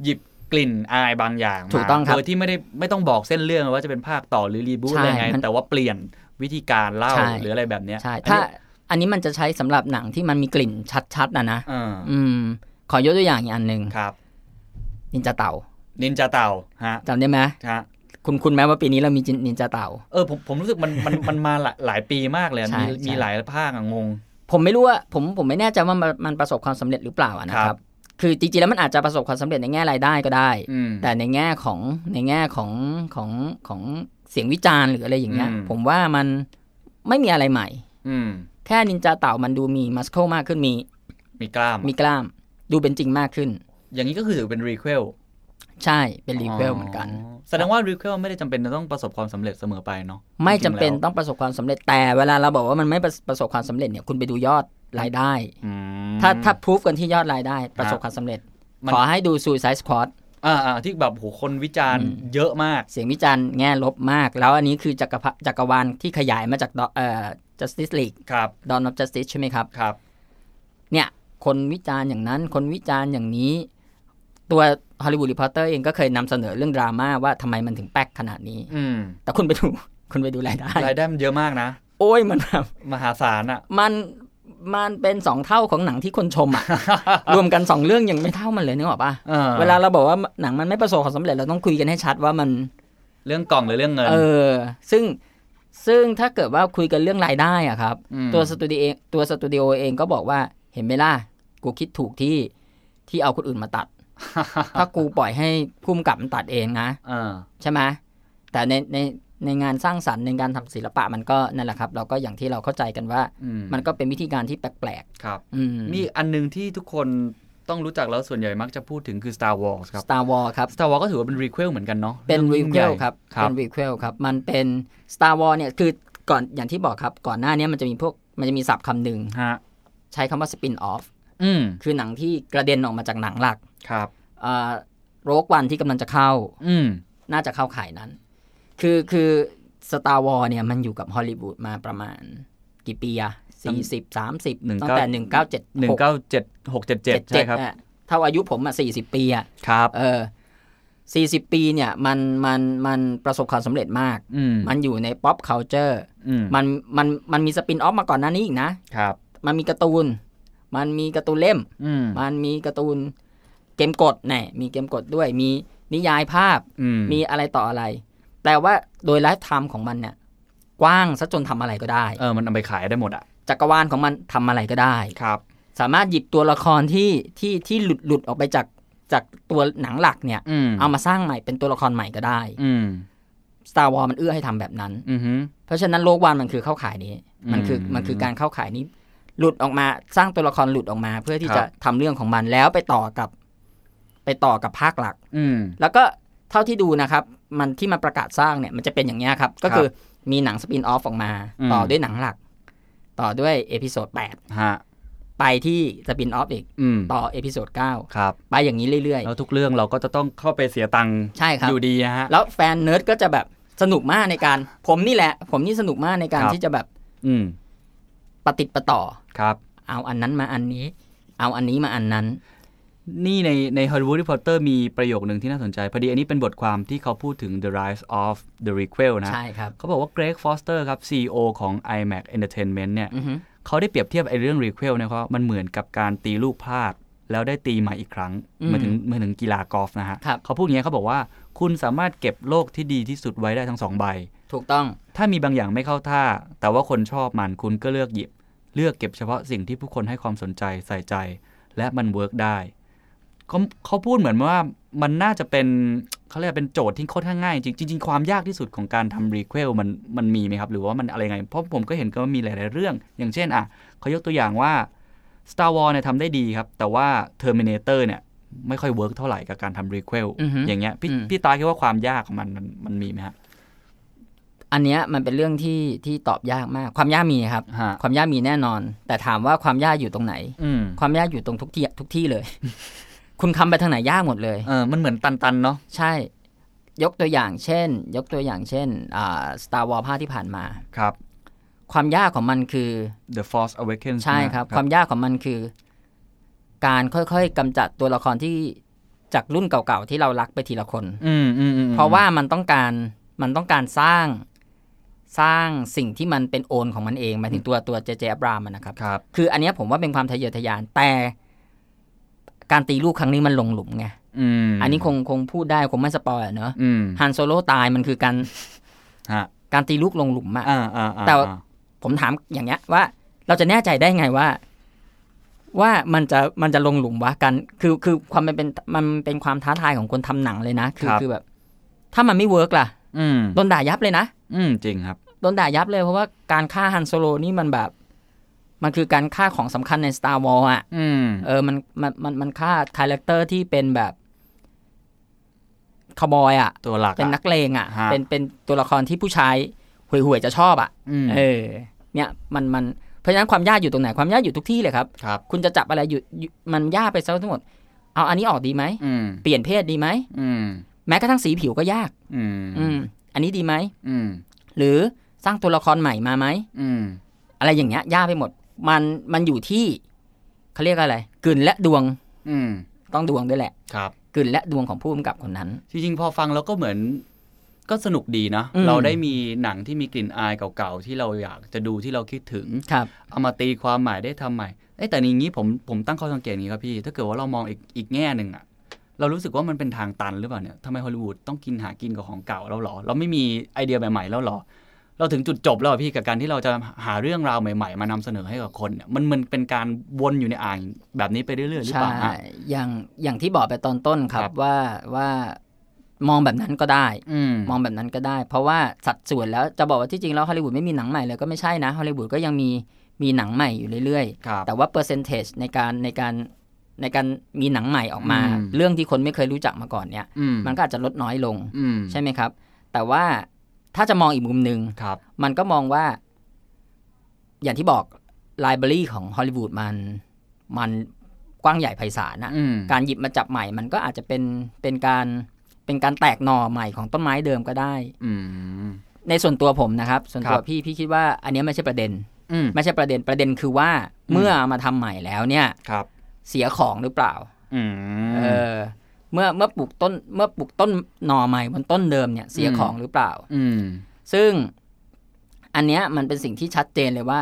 B: หยิบกลิ่นอายบางอย่างมา
C: ถูกต้องครับ
B: โดยที่ไม่ได้ไม่ต้องบอกเส้นเรื่องว่าจะเป็นภาคต่อหรือรีบูทอะ
C: ใช่
B: ไรไง
C: มัน
B: แต่ว่าเปลี่ยนวิธีการเล่า
C: ใช่
B: หรืออะไรแบบเนี้ย
C: ใช่
B: อันนี้
C: ถ้าอันนี้มันจะใช้สำหรับหนังที่มันมีกลิ่นชัดๆนะนะ
B: เออ
C: อืม ขอยกตัวอย่างอีกอันหนึ่ง
B: ครับ
C: นินจาเต่า
B: นินจาเต่าฮะ
C: จำได้ไหม
B: ฮะ
C: คุณคุณไหมว่าปีนี้เรามีนินจาเต่า
B: เออผมผมรู้สึกมันมันมันมาหลายหลายปีมากเลยมี
C: ใช่ใช่
B: มีหลายภาคอะงง
C: ผมไม่รู้ว่าผมผมไม่แน่ใจว่ามันมันประสบความสำเร็จหรือเปล่าอะนะค
B: ครั
C: รับ
B: บ
C: คือจริงๆแล้วมันอาจจะประสบความสำเร็จในแง่รายได้ก็ได้
B: อืม
C: แต่ในแง่ของในแง่ของของของเสียงวิจารณ์หรืออะไรอย่างเงี้ย
B: อืม
C: ผมว่ามันไม่มีอะไรใหม่
B: อืม
C: แค่นินจาเต่ามันดูมีมัสเคิลมากขึ้นมี
B: มีกล้าม
C: มีกล้าม ดูเป็นจริงมากขึ้น
B: อย่างนี้ก็คือถือเป็นรีเควล
C: ใช่เป็นรีเควลเหมือนกัน
B: แสดงว่ารีเควลไม่ได้จำเป็นจะต้องประสบความสำเร็จเสมอไปเนาะ
C: ไม่จำเป็น
B: ริงๆแล้ว
C: ต้องประสบความสำเร็จแต่เวลาเราบอกว่ามันไม่ประประสบความสำเร็จเนี่ยคุณไปดูยอดรายได้
B: อืม
C: ถ้าถ้าพูฟกันที่ยอดรายได้ ประสบความสำเร็จ
B: มัน
C: ขอให้ดูซูไซส์ค u a ด
B: อ่าอ่าที่แบบโหคนวิจารณ์เยอะมาก
C: เสียงวิจารณ์แง่ลบมาก แล้วอันนี้คือจักรพรรดิจักรวาลที่ขยายมาจากดอเอ่อ justice league
B: ครับ
C: dawn of justice ใช่ไหมครับ
B: ครับ
C: เนี่ย คนวิจารณ์อย่างนั้น คนวิจารณ์อย่างนี้ ตัวฮอลลีวูดรีพอร์เตอร์เองก็เคยนำเสนอเรื่องดราม่าว่าทำไมมันถึงแป๊กขนาดนี้
B: อืม
C: แต่คุณไปดู คุณไปดูรายได้
B: รายได้มันเยอะมากนะ
C: โอ้ยมันแบบ
B: มหาศาลอ่ะ
C: มันมันเป็นสองเท่าของหนังที่คนชม อะ รวมกันสองเรื่องยังไม่เท่ามันเลยนึกออกปะ
B: เออ
C: เวลาเราบอกว่าหนังมันไม่ประสบความสำเร็จเราต้องคุยกันให้ชัดว่ามัน
B: เรื่องกล่องหรือเรื่องเงิน
C: เออ ซึ่งซึ่งถ้าเกิดว่าคุยกันเรื่องรายได้อะครับ
B: ม
C: ตัวสตูดิโอตัวสตูดิโอเองก็บอกว่าเห็นไหมล่ะกูคิดถูกที่ที่เอาคนอื่น มาตัด ถ้ากูปล่อยให้พุ่มกับมันตัดเองนะ
B: เออ
C: ใช่ไหมแต่ในในในงานสร้างสรรค์ในการทำศิลปะมันก็นั่นแหละครับ เราก็อย่างที่เราเข้าใจกันว่า
B: อืม
C: มันก็เป็นวิธีการที่แปลก
B: ครับ
C: ๆ อืม
B: มีอันหนึงที่ทุกคนต้องรู้จักแล้วส่วนใหญ่มักจะพูดถึงคือ Star Wars ครับ
C: Star Wars ครับ
B: Star Wars ก็ถือว่าเป็นรีเควลเหมือนกันเนาะ
C: เป็น
B: อง
C: รี
B: ยิ่ง
C: เคว
B: ใหญ่
C: ลครับ
B: ครับ
C: เป็นรีเควลครับ มันเป็น Star Wars เนี่ยคือก่อนอย่างที่บอกครับ ก่อนหน้าเนี้มันจะมีพวกมันจะมีศัพท์คำหนึ่ง
B: ฮะ
C: ใช้คำว่า spin off
B: อืม
C: คือหนังที่กระเด็นออกมาจากหนังหลัก
B: ครับ
C: โรกวันที่กำลังจะเข้า
B: อืม
C: น่าจะเข้าข่ายนั้น คือคือสตาร์วอลเนี่ยมันอยู่กับฮอลลีวูดมาประมาณกี่ปีอะสี่สิบสามสิบ
B: 19
C: ตั้งแต่หนึ่งเก้าเจ็ด
B: หนึ่งเก้าเจ็ดหกเจ็ดเจ็ดใช่ครับ
C: เท่าอายุผมอะสี่สิบปีอะ
B: ครับ
C: เออสี่สิบปีเนี่ยมันมันมันประสบความสำเร็จมาก
B: อืม
C: มันอยู่ใน pop culture
B: อืม
C: มันมันมันมีสปินออฟมาก่อนหน้านี้อีกนะ
B: ครับ
C: มันมีการ์ตูน มันมีการ์ตูนเล่ม
B: อืม
C: มันมีการ์ตูนเกมกดแน่มีเกมกดด้วยมีนิยายภาพ
B: อืม
C: มีอะไรต่ออะไร แต่ว่าโดยไลฟ์ไทม์ของมันเนี่ย กว้างซะจนทำอะไรก็ได้
B: เออมันเอาไปขายได้หมดอ่ะ
C: จักรวาลของมันทำอะไรก็ได้
B: ครับ
C: สามารถหยิบตัวละครที่ที่ที่หลุดหลุดออกไปจากจากตัวหนังหลักเนี่ย
B: อืม
C: เอามาสร้างใหม่เป็นตัวละครใหม่ก็ได้
B: อืม
C: Star Wars มันเอื้อให้ทำแบบนั้น
B: อือฮึ
C: เพราะฉะนั้นโลกวันมันคือเข้าข่ายนี้ มันคือ
B: อืม
C: มันคือการเข้าข่ายนี้ หลุดออกมาสร้างตัวละครหลุดออกมา เพื่อที่
B: ครับ
C: จะทำเรื่องของมันแล้วไปต่อกับ ไปต่อกับภาคหลัก
B: อืม
C: แล้วก็เท่าที่ดูนะครับ มันที่มันประกาศสร้างเนี่ยมันจะเป็นอย่างนี้ยครับ ก็คือมีหนังสปินออฟออกมา
B: อืม
C: ต่อด้วยหนังหลัก ต่อด้วยเอพิโซด
B: ฮะ
C: 8ไปที่สปินออฟอีก
B: อืม
C: ต่อเอพิโซด9
B: ครับ
C: ไปอย่างนี้เรื่อย
B: แล้วทุกเรื่องเราก็จะต้องเข้าไปเสียตังค์
C: ๆ ใช่ครับ
B: อยู่ดีนะฮะ
C: แล้วแฟนเนิร์ดก็จะแบบสนุกมากในการ ผมนี่แหละ ผมนี่สนุกมากในการ
B: ครับ
C: ที่จะแบบ
B: อืม
C: ปะติดประต่อ
B: ครับ
C: เอาอันนั้นมาอันนี้ เอาอันนี้มาอันนั้น
B: นี่ในใน Hollywood Reporter มีประโยคหนึ่งที่น่าสนใจ พอดีอันนี้เป็นบทความที่เขาพูดถึง The Rise of the Requel นะ
C: ใช่ครับ
B: เขาบอกว่า Greg Foster ครับ CEO ของ iMac Entertainment เนี่ย
C: อือฮึ
B: เขาได้เปรียบเทียบไอ้เรื่อง Requel นะครับว่ามันเหมือนกับการตีลูกพลาด แล้วได้ตีใหม่อีกครั้ง
C: อืม
B: หมายถึงหมายถึงกีฬากอล์ฟนะฮะ
C: ครับ
B: เขาพูดอย่างเงี้ยเขาบอกว่า คุณสามารถเก็บโลกที่ดีที่สุดไว้ได้ทั้งสองใบ
C: ถูกต้อง
B: ถ้ามีบางอย่างไม่เข้าท่า แต่ว่าคนชอบมันคุณก็เลือกหยิบ เลือกเก็บเฉพาะสิ่งที่ผู้คนให้ความสนใจใส่ใจ และมันเวิร์กได้เขาเขาพูดเหมือนว่ามันน่าจะเป็นเขาเรียกว่าเป็นโจทย์ที่ค่อนข้างง่าย จริงจริงๆความยากที่สุดของการทำรีเควลมันมันมีไหมครับ หรือว่ามันอะไรไง เพราะผมก็เห็นก็มีหลาย ๆ เรื่อง อย่างเช่นอ่ะเขายกตัวอย่างว่า Star Wars เนี่ยทำได้ดีครับ แต่ว่า Terminator เนี่ยไม่ค่อยเวิร์กเท่าไหร่กับการทำรีเควล
C: อือฮึ
B: อย่างเงี้ยพี่
C: อืม
B: พี่ตาคิดว่าความยากของมันมันมันมีไหมฮะ
C: อันเนี้ยมันเป็นเรื่องที่ที่ตอบยากมาก ความยากมีครับ
B: ฮะ
C: ความยากมีแน่นอน แต่ถามว่าความยากอยู่ตรงไหน
B: อืม
C: ความยากอยู่ตรงทุกที่ทุกที่เลย คุณคำไปทางไหนยากหมดเลย
B: เออ มันเหมือนตันๆ เนาะ
C: ใช่ ยกตัวอย่างเช่น ยกตัวอย่างเช่นอ่าสตาร์วอลภาคที่ผ่านมา
B: ครับ
C: ความยากของมันคือ
B: The Force Awakens
C: ใช่ครับ ความยากของมันคือ การค่อยๆกำจัดตัวละครที่จากรุ่นเก่าๆที่เรารักไปทีละคน
B: อืมอืมอืม
C: เพราะว่ามันต้องการมันต้องการสร้างสร้างสิ่งที่มันเป็นโอนของมันเองหมายถึงตัวตัวเจเจอับรามอะนะครับ
B: ครับ
C: คืออันเนี้ยผมว่าเป็นความทะเยอทะยาน แต่การตีลูกครั้งนี้มันลงหลุมไง
B: อืม
C: อันนี้คงคงพูดได้คงไม่สปอยล์อะเนอะ
B: อืม
C: ฮันโซโลตายมันคือการ
B: ฮะ
C: การตีลูกลงหลุมอะ
B: อ่าอ่าอ่า
C: แต่
B: อ่า
C: ผมถามอย่างเงี้ยว่า เราจะแน่ใจได้ไงว่า ว่ามันจะมันจะลงหลุมวะกัน คือคือความเป็นเป็นมันเป็นความท้าทายของคนทำหนังเลยนะ คือคือแบบ ถ้ามันไม่เวิร์กล่ะ
B: อืม
C: โดนด่ายับเลยนะ
B: อืมจริงครับ
C: โดนด่ายับเลยเพราะว่าการฆ่าฮันโซโลนี่มันแบบ มันคือการฆ่าของสำคัญใน Star Wars อ่ะ
B: อืม
C: เออมันมันมันมันฆ่าคาแรคเตอร์ที่เป็นแบบคาวบอยอ่ะ
B: ตัวหลักอะ
C: เป็นนักเลงอ่ะ
B: ฮะ
C: เป็นเป็นตัวละครที่ผู้ชายห่วยๆจะชอบอ่ะ
B: อืม
C: เออ เนี่ยมันมันเพราะฉะนั้นความยากอยู่ตรงไหนความยากอยู่ทุกที่เลยครับ
B: ครับ
C: คุณจะจับอะไรอยู่อยู่มันยากไปซะทั้งหมด เอาอันนี้ออกดีไหม
B: อืม
C: เปลี่ยนเพศดีไหม
B: อืม
C: แม้กระทั่งสีผิวก็ยาก
B: อืม
C: อืม อันนี้ดีไหม
B: อืม
C: หรือสร้างตัวละครใหม่มาไหม
B: อืม
C: อะไรอย่างเงี้ยยากไปหมด มันมันอยู่ที่เขาเรียกอะไรกลืนและดวง
B: อืม
C: ต้องดวงด้วยแหละ
B: ครับ
C: กลืนและดวงของผู้กำกับคนนั้น
B: จริงๆ พอฟังแล้วก็เหมือนก็สนุกดีนะ
C: อืม
B: เราได้มีหนังที่มีกลิ่นอายเก่าๆ ที่เราอยากจะดูที่เราคิดถึง
C: ครับ
B: เอามาตีความหมายได้ทำใหม่เอ้ยแต่ในนี้ผมผมตั้งข้อสังเกตอย่างนี้ครับพี่ ถ้าเกิดว่าเรามองอีกอีกแง่หนึ่งอะเรารู้สึกว่ามันเป็นทางตันหรือเปล่าเนี่ยทำไมฮอลลีวูดต้องกินหากินกับของเก่าแล้วหรอ เราไม่มีไอเดียใหม่ๆแล้วหรอ เราถึงจุดจบแล้วเหรอพี่กับการที่เราจะหาเรื่องราวใหม่ ๆ มานำเสนอให้กับคนเนี่ยมันมันเป็นการวนอยู่ในอ่างแบบนี้ไปเรื่อยๆหรือเป
C: ใช่
B: ล่าฮะ
C: อย่างอย่างที่บอกไปตอนต้นครั
B: ครับ บ
C: ว่าว่ามองแบบนั้นก็ได้
B: อืม
C: มองแบบนั้นก็ได้ เพราะว่าสัดส่วนแล้วจะบอกว่าที่จริงแล้วฮอลลีวูดไม่มีหนังใหม่เลยก็ไม่ใช่นะฮอลลีวูดก็ยังมีมีหนังใหม่อยู่เรื่อย
B: ครับ
C: ๆ แต่ว่าเปอร์เซนเทจในการในการในการมีหนังใหม่ออกมา
B: อืม
C: เรื่องที่คนไม่เคยรู้จักมาก่อนเนี่ย
B: อืม
C: มันก็อาจจะลดน้อยลง
B: อืม
C: ใช่ไหมครับ แต่ว่าถ้าจะมองอีกมุมหนึ่ง
B: ครับ
C: มันก็มองว่า อย่างที่บอกไลบรารีของฮอลลีวูดมันมันกว้างใหญ่ไพศาลนะ
B: อืม
C: การหยิบมาจับใหม่มันก็อาจจะเป็นเป็นการเป็นการแตกหน่อใหม่ของต้นไม้เดิมก็ได้
B: อืม
C: ในส่วนตัวผมนะครับ ส่วนตั
B: คว รับ
C: พี่พี่คิดว่า อันเนี้ยไม่ใช่ประเด็น
B: อืม
C: ไม่ใช่ประเด็นประเด็นคือว่าเมื่อเอามาทำใหม่แล้วเนี่ย
B: ครับ
C: เสียของหรือเปล่า
B: อืม
C: เออ เมื่อเมื่อปลูกต้นเมื่อปลูกต้นหน่อใหม่บนต้นเดิมเนี่ยเสีย
B: อืม
C: ของหรือเปล่า
B: อืม
C: ซึ่งอันเนี้ยมันเป็นสิ่งที่ชัดเจนเลยว่า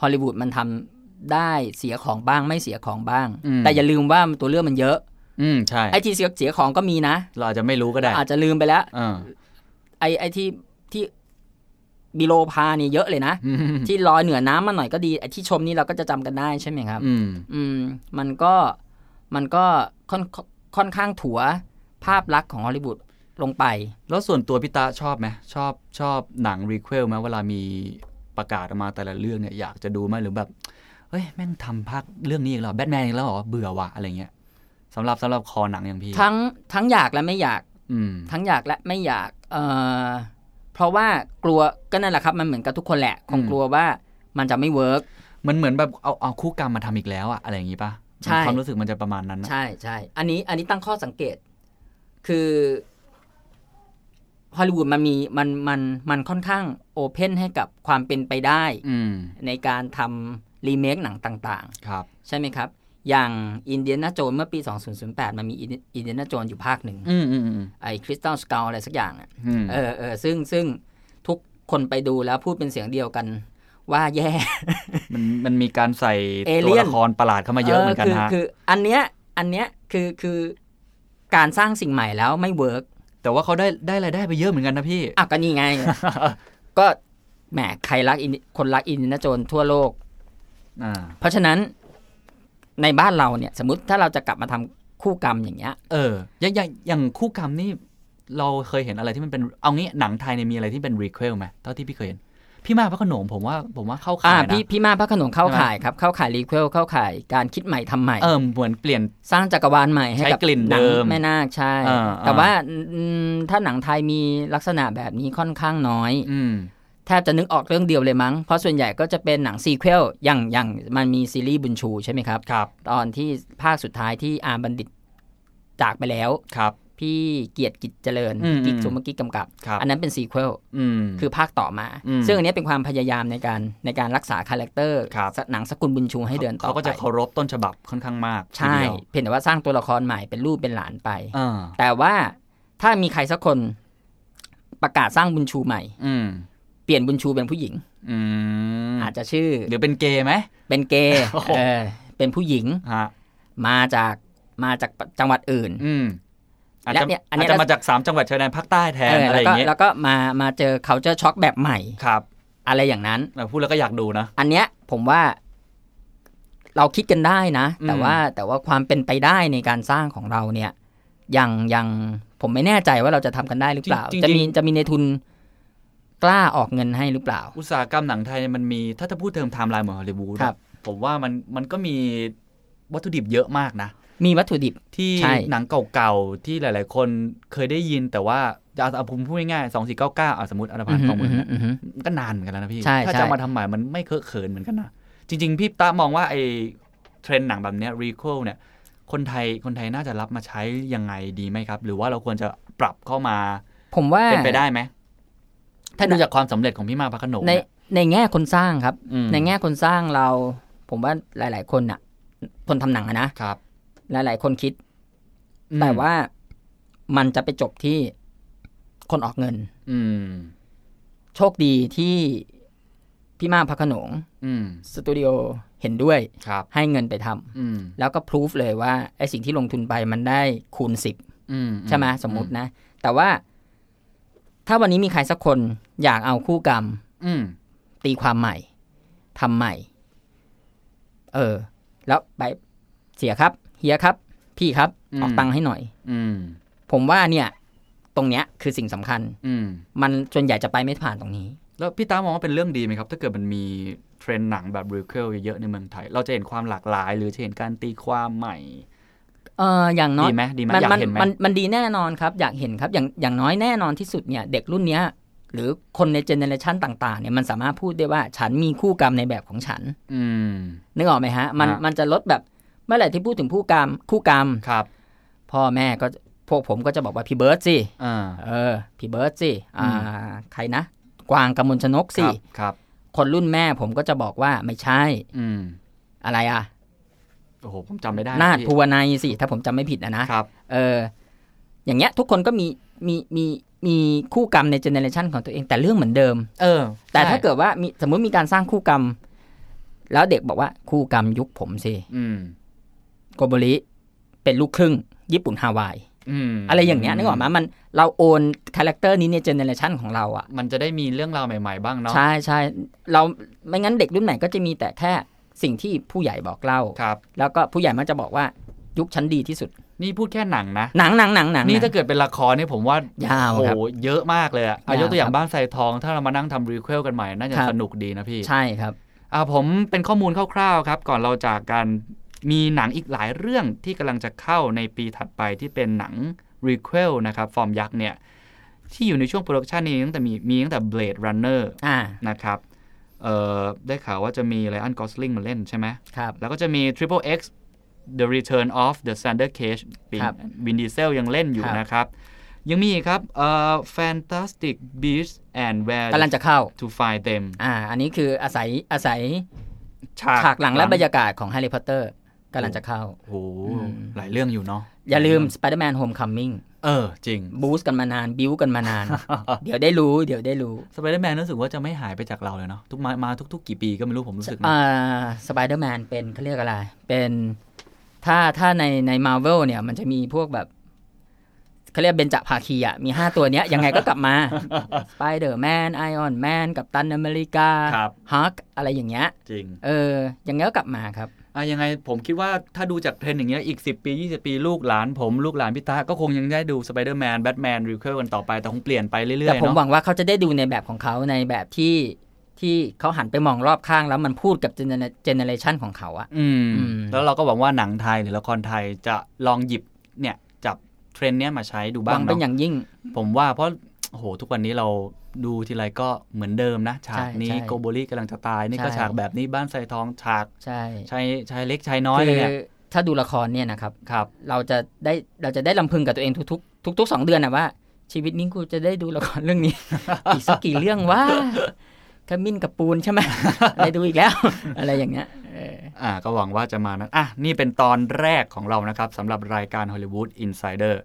C: ฮอลลีวูดมันทำได้เสียของบ้างไม่เสียของบ้าง แต่อย่าลืมว่าตัวเรื่องมันเยอะ
B: อืมใช่
C: ไอ้ที่เสียเสียของก็มีนะ
B: เราอาจจะไม่รู้ก็ได้
C: อาจจะลืมไปแล้ว
B: อ่า
C: ไอ้ไอ้ที่ที่บิโลพานี่เยอะเลยนะ
B: อืม
C: ที่ลอยเหนือน้ำมาหน่อยก็ดีไอ้ที่ชมนี่เราก็จะจำกันได้ใช่ไหมครับ
B: อืม
C: อืม มันก็มันก็ค่อนค่อนข้างถัวภาพลักษณ์ของฮอลลีวูด ลงไป
B: แล้วส่วนตัวพี่ตาชอบไหมชอบชอบหนังรีเควลไหมเวลามีประกาศออกมาแต่ละเรื่องเนี่ยอยากจะดูไหมหรือแบบเฮ้ยแม่งทำภาคเรื่องนี้อีกแล้วแบทแมนอีกแล้วเหรอเบื่อว่ะอะไรเงี้ยสำหรับสำหรับคอหนังอย่างพี่
C: ทั้งทั้งอยากและไม่อยาก
B: อืม
C: ทั้งอยากและไม่อยากเอ่อเพราะว่ากลัวก็นั่นแหละครับ มันเหมือนกับทุกคนแหละ คง
B: อืม
C: กลัวว่ามันจะไม่เวิร์ก
B: มันเหมือนแบบเอาเอาคู่กรรมมาทำอีกแล้วอะอะไรอย่างงี้ป่ะ
C: ใช่
B: ความรู้สึกมันจะประมาณนั้นนะ
C: ใช่ใช่ อันนี้อันนี้ตั้งข้อสังเกต คือฮอลลีวูดมันมีมันมันมันค่อนข้างโอเพนให้กับความเป็นไปได้
B: อืม
C: ในการทำรีเมคหนังต่าง
B: ครับ
C: ๆ ใช่ไหมครับ อย่างอินเดียนาโจนเมื่อปี 2008 มันมีอินเดียนาโจนอยู่ภาคหนึ่ง
B: อืมอืมอืม
C: ไอ้คริสตัลสกาอะไรสักอย่างอะ
B: อืม
C: เออเออซึ่งซึ่งทุกคนไปดูแล้วพูดเป็นเสียงเดียวกัน ว่าแย่
B: มันมันมีการใส่
C: เอเลี่
B: ตัวย
C: น
B: ละครประหลาดเข้ามาเยอะเหมือนกัน
C: คือ
B: ฮะ
C: คืออันเนี้ยอันเนี้ยคือคือการสร้างสิ่งใหม่แล้วไม่เวิร์ก
B: แต่ว่าเขาได้ได้รายได้ไปเยอะเหมือนกันนะพี่
C: อ่ะก็นี่ ไง ก็แหมใครรักอินคนรักอินนะโจนทั่วโลก
B: อ่า
C: เพราะฉะนั้นในบ้านเราเนี่ย สมมติถ้าเราจะกลับมาทำคู่กรรมอย่างเงี้ย
B: เอออย่างอย่างอย่างคู่กรรมนี่เราเคยเห็นอะไรที่มันเป็นเอางี้หนังไทยเนี่ยมีอะไรที่เป็นรีเควลไหมเท่าที่พี่เคยเห็น พี่มากพระโขนงผมว่าผมว่าเข้า
C: อ่า
B: ข่ายนะ
C: พี่พี่มาพระโขนงเข้าข่ายครับ เข้าข่ายรีเควลเข้าข่ายการคิดใหม่ทำใหม่
B: เออเหมือนเปลี่ยน
C: สร้างจักรวาลใหม่ให้
B: ใช้
C: กับ
B: กลิ่น
C: หนัง
B: เดิม
C: แม่นาคใช่
B: อ่า
C: แต่
B: อ่า
C: ว่าอืมถ้าหนังไทยมีลักษณะแบบนี้ค่อนข้างน้อย
B: อืม
C: แทบจะนึกออกเรื่องเดียวเลยมั้ง เพราะส่วนใหญ่ก็จะเป็นหนังซีเควลอย่างอย่างมันมีซีรีส์บุญชูใช่ไหมครับ
B: ครับ
C: ตอนที่ภาคสุดท้ายที่อาร์มบัณฑิตจากไปแล้ว
B: ครับ
C: พี่เกียรติกิจเจริญ
B: อืม
C: กิจ
B: อืม
C: สุมกิจกำกับ
B: ครับ
C: อันนั้นเป็นซีเควล
B: อืม
C: คือภาคต่อมา
B: อืม
C: ซึ่งอันนี้เป็นความพยายามในการในการรักษาคาแรคเตอร์
B: ครับ
C: หนังสกุลบุญชูให้เดินต่อ
B: เขาก็จะ
C: ไป
B: เคารพต้นฉบับค่อนข้างมากที
C: ใช่
B: เดียว
C: เพียงแต่ว่าสร้างตัวละครใหม่เป็นรูปเป็นหลานไป
B: อ่า
C: แต่ว่าถ้ามีใครสักคนประกาศสร้างบุญชูใหม่
B: อืม
C: เปลี่ยนบุญชูเป็นผู้หญิง
B: อืม
C: อาจจะชื่อ
B: หรือเป็นเกย์ไหม
C: เป็นเกย์
B: โอ้โห
C: เออเป็นผู้หญิง
B: ฮะ
C: มาจากมาจากจังหวัดอื่น
B: อืมอาจ
C: และ
B: จะ
C: เนี่ยอั
B: อา
C: นเนี้
B: จ
C: ย
B: จะมาจากสามจังหวัดชายแดนภาคใต้แท
C: เอนอ
B: อะไร
C: แล้ว
B: อ
C: ก็
B: ย่างเงี้ย
C: แล้วก็มามาเจอเขาเจอช็อกแบบใหม่
B: ครับ
C: อะไรอย่างนั้น
B: อ่ะพูดแล้วก็อยากดูนะ
C: อันเนี้ยผมว่าเราคิดกันได้นะ
B: อืม
C: แต่ว่าแต่ว่าความเป็นไปได้ในการสร้างของเราเนี่ยยังยังผมไม่แน่ใจว่าเราจะทำกันได้หรือเปล่า จะมีจะมีในทุนกล้าออกเงินให้หรือเปล่า
B: อุตสาหกรรมหนังไทยเนี่ยมันมีถ้าถ้าพูดเทอมไทม์ไลน์เหมือนฮอลลีวูด
C: ครับ
B: ผมว่ามันมันก็มีวัตถุดิบเยอะมากนะ
C: มีวัตถุดิบ
B: ที่
C: ใช่
B: หนังเก่าๆ ที่หลายๆ คนเคยได้ยินแต่ว่าจะเอาผมพูดง่ายๆสองสี่เก้าเก้าสมมติอันดับ
C: อือฮึ
B: ของเหมือน
C: อือฮึ
B: มันก็นานเหมือนกันแล้วนะพี่
C: ใช่
B: ถ้า
C: ใช่
B: จะมาทำใหม่มันไม่เคอะเขินเหมือนกันนะ จริง ๆ พี่ตามองว่าไอ้เทรนด์หนังแบบเนี้ยรีโคลเนี่ย คนไทยคนไทยน่าจะรับมาใช้ยังไงดีไหมครับ หรือว่าเราควรจะปรับเข้ามา
C: ผมว่า
B: เป็นไปได้ไหมถ้าดู
C: น่ะ
B: จากความสำเร็จของพี่มากพระโขนง
C: ใน
B: เนี่ย
C: ในแง่คนสร้างครับ
B: อืม
C: ในแง่คนสร้างเรา ผมว่าหลาย ๆ คนน่ะ คนทำหนังอะนะครับ หลาย ๆ คนคิด
B: อืม
C: แต่ว่ามันจะไปจบที่คนออกเงิน
B: อืม
C: โชคดีที่พี่มากพระโขนง
B: อืม
C: สตูดิโอเห็นด้วย
B: ครับ
C: ให้เงินไปทำ
B: อืม
C: แล้วก็พิสูจเลยว่าไอสิ่งที่ลงทุนไปมันได้คูณสิบ
B: อืม
C: ใช่ไหมสมมตินะ แต่ว่า ถ้าวันนี้มีใครสักคนอยากเอาคู่กรรม
B: อืม
C: ตีความใหม่ทำใหม่ เออ แล้วไปเสียครับเฮียครับ พี่ครับ
B: อืม
C: ออกตังค์ให้หน่อย
B: อืม
C: ผมว่าเนี่ย ตรงเนี้ยคือสิ่งสำคัญ
B: อืม
C: มันส่วนใหญ่จะไปไม่ผ่านตรงนี้
B: แล้วพี่ตามองว่าเป็นเรื่องดีไหมครับ ถ้าเกิดมันมีเทรนด์หนังแบบรีเคิลเยอะๆในเมืองไทย เราจะเห็นความหลากหลาย หรือจะเห็นการตีความใหม่
C: เอออย่างน้อย
B: ดีไหมดีไหม
C: มัน
B: อยา
C: มั
B: ก
C: น
B: เห็นไหม
C: มันมันดีแน่นอนครับ อยากเห็นครับ อย่างอย่างน้อยแน่นอนที่สุดเนี่ย เด็กรุ่นเนี้ย หรือคนในเจเนอเรชันต่าง ๆ เนี่ยมันสามารถพูดได้ว่าฉันมีคู่กรรมในแบบของฉัน
B: อืม
C: นึกออกไหมฮะ มัน
B: ฮะ
C: มันจะลดแบบเมื่อไหร่ที่พูดถึงผู้กรรมคู่กรรม
B: ครับ
C: พ่อแม่ก็พวกผมก็จะบอกว่าพี่เบิร์ดสิ
B: อ่า
C: เออ พี่เบิร์ดสิอ่า
B: อื
C: ใครนะ กวางกำมลชนกสิ
B: ครับครับ
C: คนรุ่นแม่ผมก็จะบอกว่าไม่ใช่
B: อืม
C: อะไรอ่ะ
B: โอ้โหผมจำไม่ได้
C: นาด
B: พี่
C: ภูวนัยสิ ถ้าผมจำไม่ผิดนะนะครับ เออ อย่างเงี้ยทุกคนก็มีมีมีมีคู่กรรมในเจเนเรชันของตัวเองแต่เรื่องเหมือนเดิม
B: เออ
C: แต่
B: ใช่
C: ถ้าเกิดว่ามีสมมุติมีการสร้างคู่กรรม แล้วเด็กบอกว่าคู่กรรมยุคผมสิ
B: อืม
C: โกโบริเป็นลูกครึ่ง ญี่ปุ่นฮาวาย
B: อืม
C: อะไรอย่างเงี้ยนึกออกมามันเราโอนคาแรคเตอร์นี้ในเจเนเรชันของเราอ่ะ
B: มันจะได้มีเรื่องราวใหม่ๆบ้างเนาะ
C: ใช่ใช่เราไม่งั้นเด็กรุ่นใหม่ก็จะมีแต่แค่สิ่งที่ผู้ใหญ่บอกเล่า
B: ครับ
C: แล้วก็ผู้ใหญ่มักจะบอกว่ายุคชั้นดีที่สุด
B: นี่พูดแค่หนังนะ
C: หนังหนังหนังหนัง
B: นี่ถ้าเกิดเป็นละครเนี่ยผมว่าย
C: าวครับ
B: โอ้โหเยอะมากเลยอะเอา
C: ยาวย
B: กตัวอย่าง
C: ครับ
B: บ้านไซทอง ถ้าเรามานั่งทำรีเควลกันใหม่ น่าจะ
C: ครับ
B: สนุกดีนะพี่
C: ใช่ครับ
B: อ่าผมเป็นข้อมูลคร่าวๆครับ ก่อนเราจากกันมีหนังอีกหลายเรื่องที่กำลังจะเข้าในปีถัดไปที่เป็นหนังรีเควลนะครับ ฟอร์มยักษ์เนี่ย ที่อยู่ในช่วงโปรดักชันนี้ตั้งแต่มีมีตั้งแต่ Blade Runner
C: อ่า
B: นะครับเอ่อได้ข่าวว่าจะมีไลออนกอสลิงมาเล่นใช่ไหม
C: ครับ
B: แล้วก็จะมี Triple X The Return of the Sander Cage ปี
C: ครับ
B: วินดีเซลยังเล่นอยู่
C: ครับ
B: นะครับ ยังมีอีกครับเอ่อ Fantastic Beasts and Where
C: กำลังจะเข้า
B: to Find Them
C: อ่า อันนี้คืออาศัยอาศัยฉากหลังและบรรยากาศของแฮร์รี่พอตเตอร์กำลังจะเข้า
B: โอ้โหหลายเรื่องอยู่เนาะ
C: อย่าลืม Spider-Man Homecoming
B: เออ จริง
C: บูสต์กันมานาน บิวกันมานาน เดี๋ยวได้รู้เดี๋ยวได้รู้
B: สไปเดอร์แมนรู้สึกว่าจะไม่หายไปจากเราเลยเนาะทุกมามาทุก ๆ กี่ปีก็ไม่รู้ผมรู้สึกนะ
C: อ่าสไปเดอร์แมนเป็นเขาเรียกอะไร เป็นถ้าถ้าในในมาเวลเนี่ยมันจะมีพวกแบบเขาเรียกเบนจภาคีอะมี 5 ตัว เนี้ยยังไงก็กลับมาสไปเดอร์แมนไอออนแมนกับตันอเมริกา
B: ครับ
C: ฮักอะไรอย่างเงี้ย
B: จริง
C: เออยังไงก็กลับมาครับ
B: อ่ะยังไงผมคิดว่าถ้าดูจากเทรนด์อย่างเงี้ยอีก 10 ปี 20 ปีลูกหลานผมลูกหลานพี่ตาก็คงยังได้ดูสไปเดอร์แมนแบทแมนรีเคิลกันต่อไป แต่คงเปลี่ยนไปเรื่อยๆ
C: แต่ผมห
B: เนาะ
C: วังว่าเขาจะได้ดูในแบบของเขาในแบบที่ที่เขาหันไปมองรอบข้างแล้วมันพูดกับเจเนเรชันของเขาอะ
B: อืม
C: อืม
B: แล้วเราก็หวังว่าหนังไทยหรือละครไทยจะลองหยิบเนี่ยจับเทรนด์เนี้ยมาใช้ดู
C: หวั
B: บ้าง ง
C: เป็น
B: เนาะ
C: อย่างยิ่ง
B: ผมว่าเพราะโอ้โหทุกวันนี้เราดูทีไรก็เหมือนเดิมนะ ฉากนี้
C: ใช่
B: โกโบลีกำลังจะตายนี่ก็
C: ใช่
B: ฉากแบบนี้บ้านไซทองฉาก
C: ใช่
B: ชายชายเล็กชายน้อยเลยเนี่ย
C: คือถ้าดูละครเนี่ยนะครับ
B: ครับ
C: เราจะได้เราจะได้ลำพึงกับตัวเองทุกๆทุกๆสองเดือนนะว่า ชีวิตนี้กูจะได้ดูละครเรื่องนี้ อีกสักกี่เรื่องวะขมิ้นกับปูนใช่ไหม อะไรดูอีกแล้ว อะไรอย่างเงี้ยเออ
B: อ่าก็หวังว่าจะมานะอ่ะนี่เป็นตอนแรกของเรานะครับสำหรับรายการ Hollywood Insider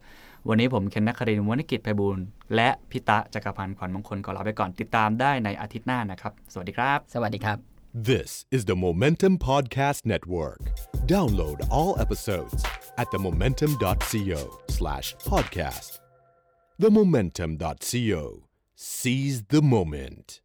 B: วันนี้ผมเคนนักครินทร์วณิกิจไพบูลย์และพิตะจักรพันธ์ขวัญมงคลก่อนลาไปก่อนติดตามได้ในอาทิตย์หน้านะครับ สวัสดีครับ
C: สวัสดีครับ
A: This is the Momentum Podcast Network. Download all episodes at themomentum.co slash podcast. Themomentum.co. Seize the moment.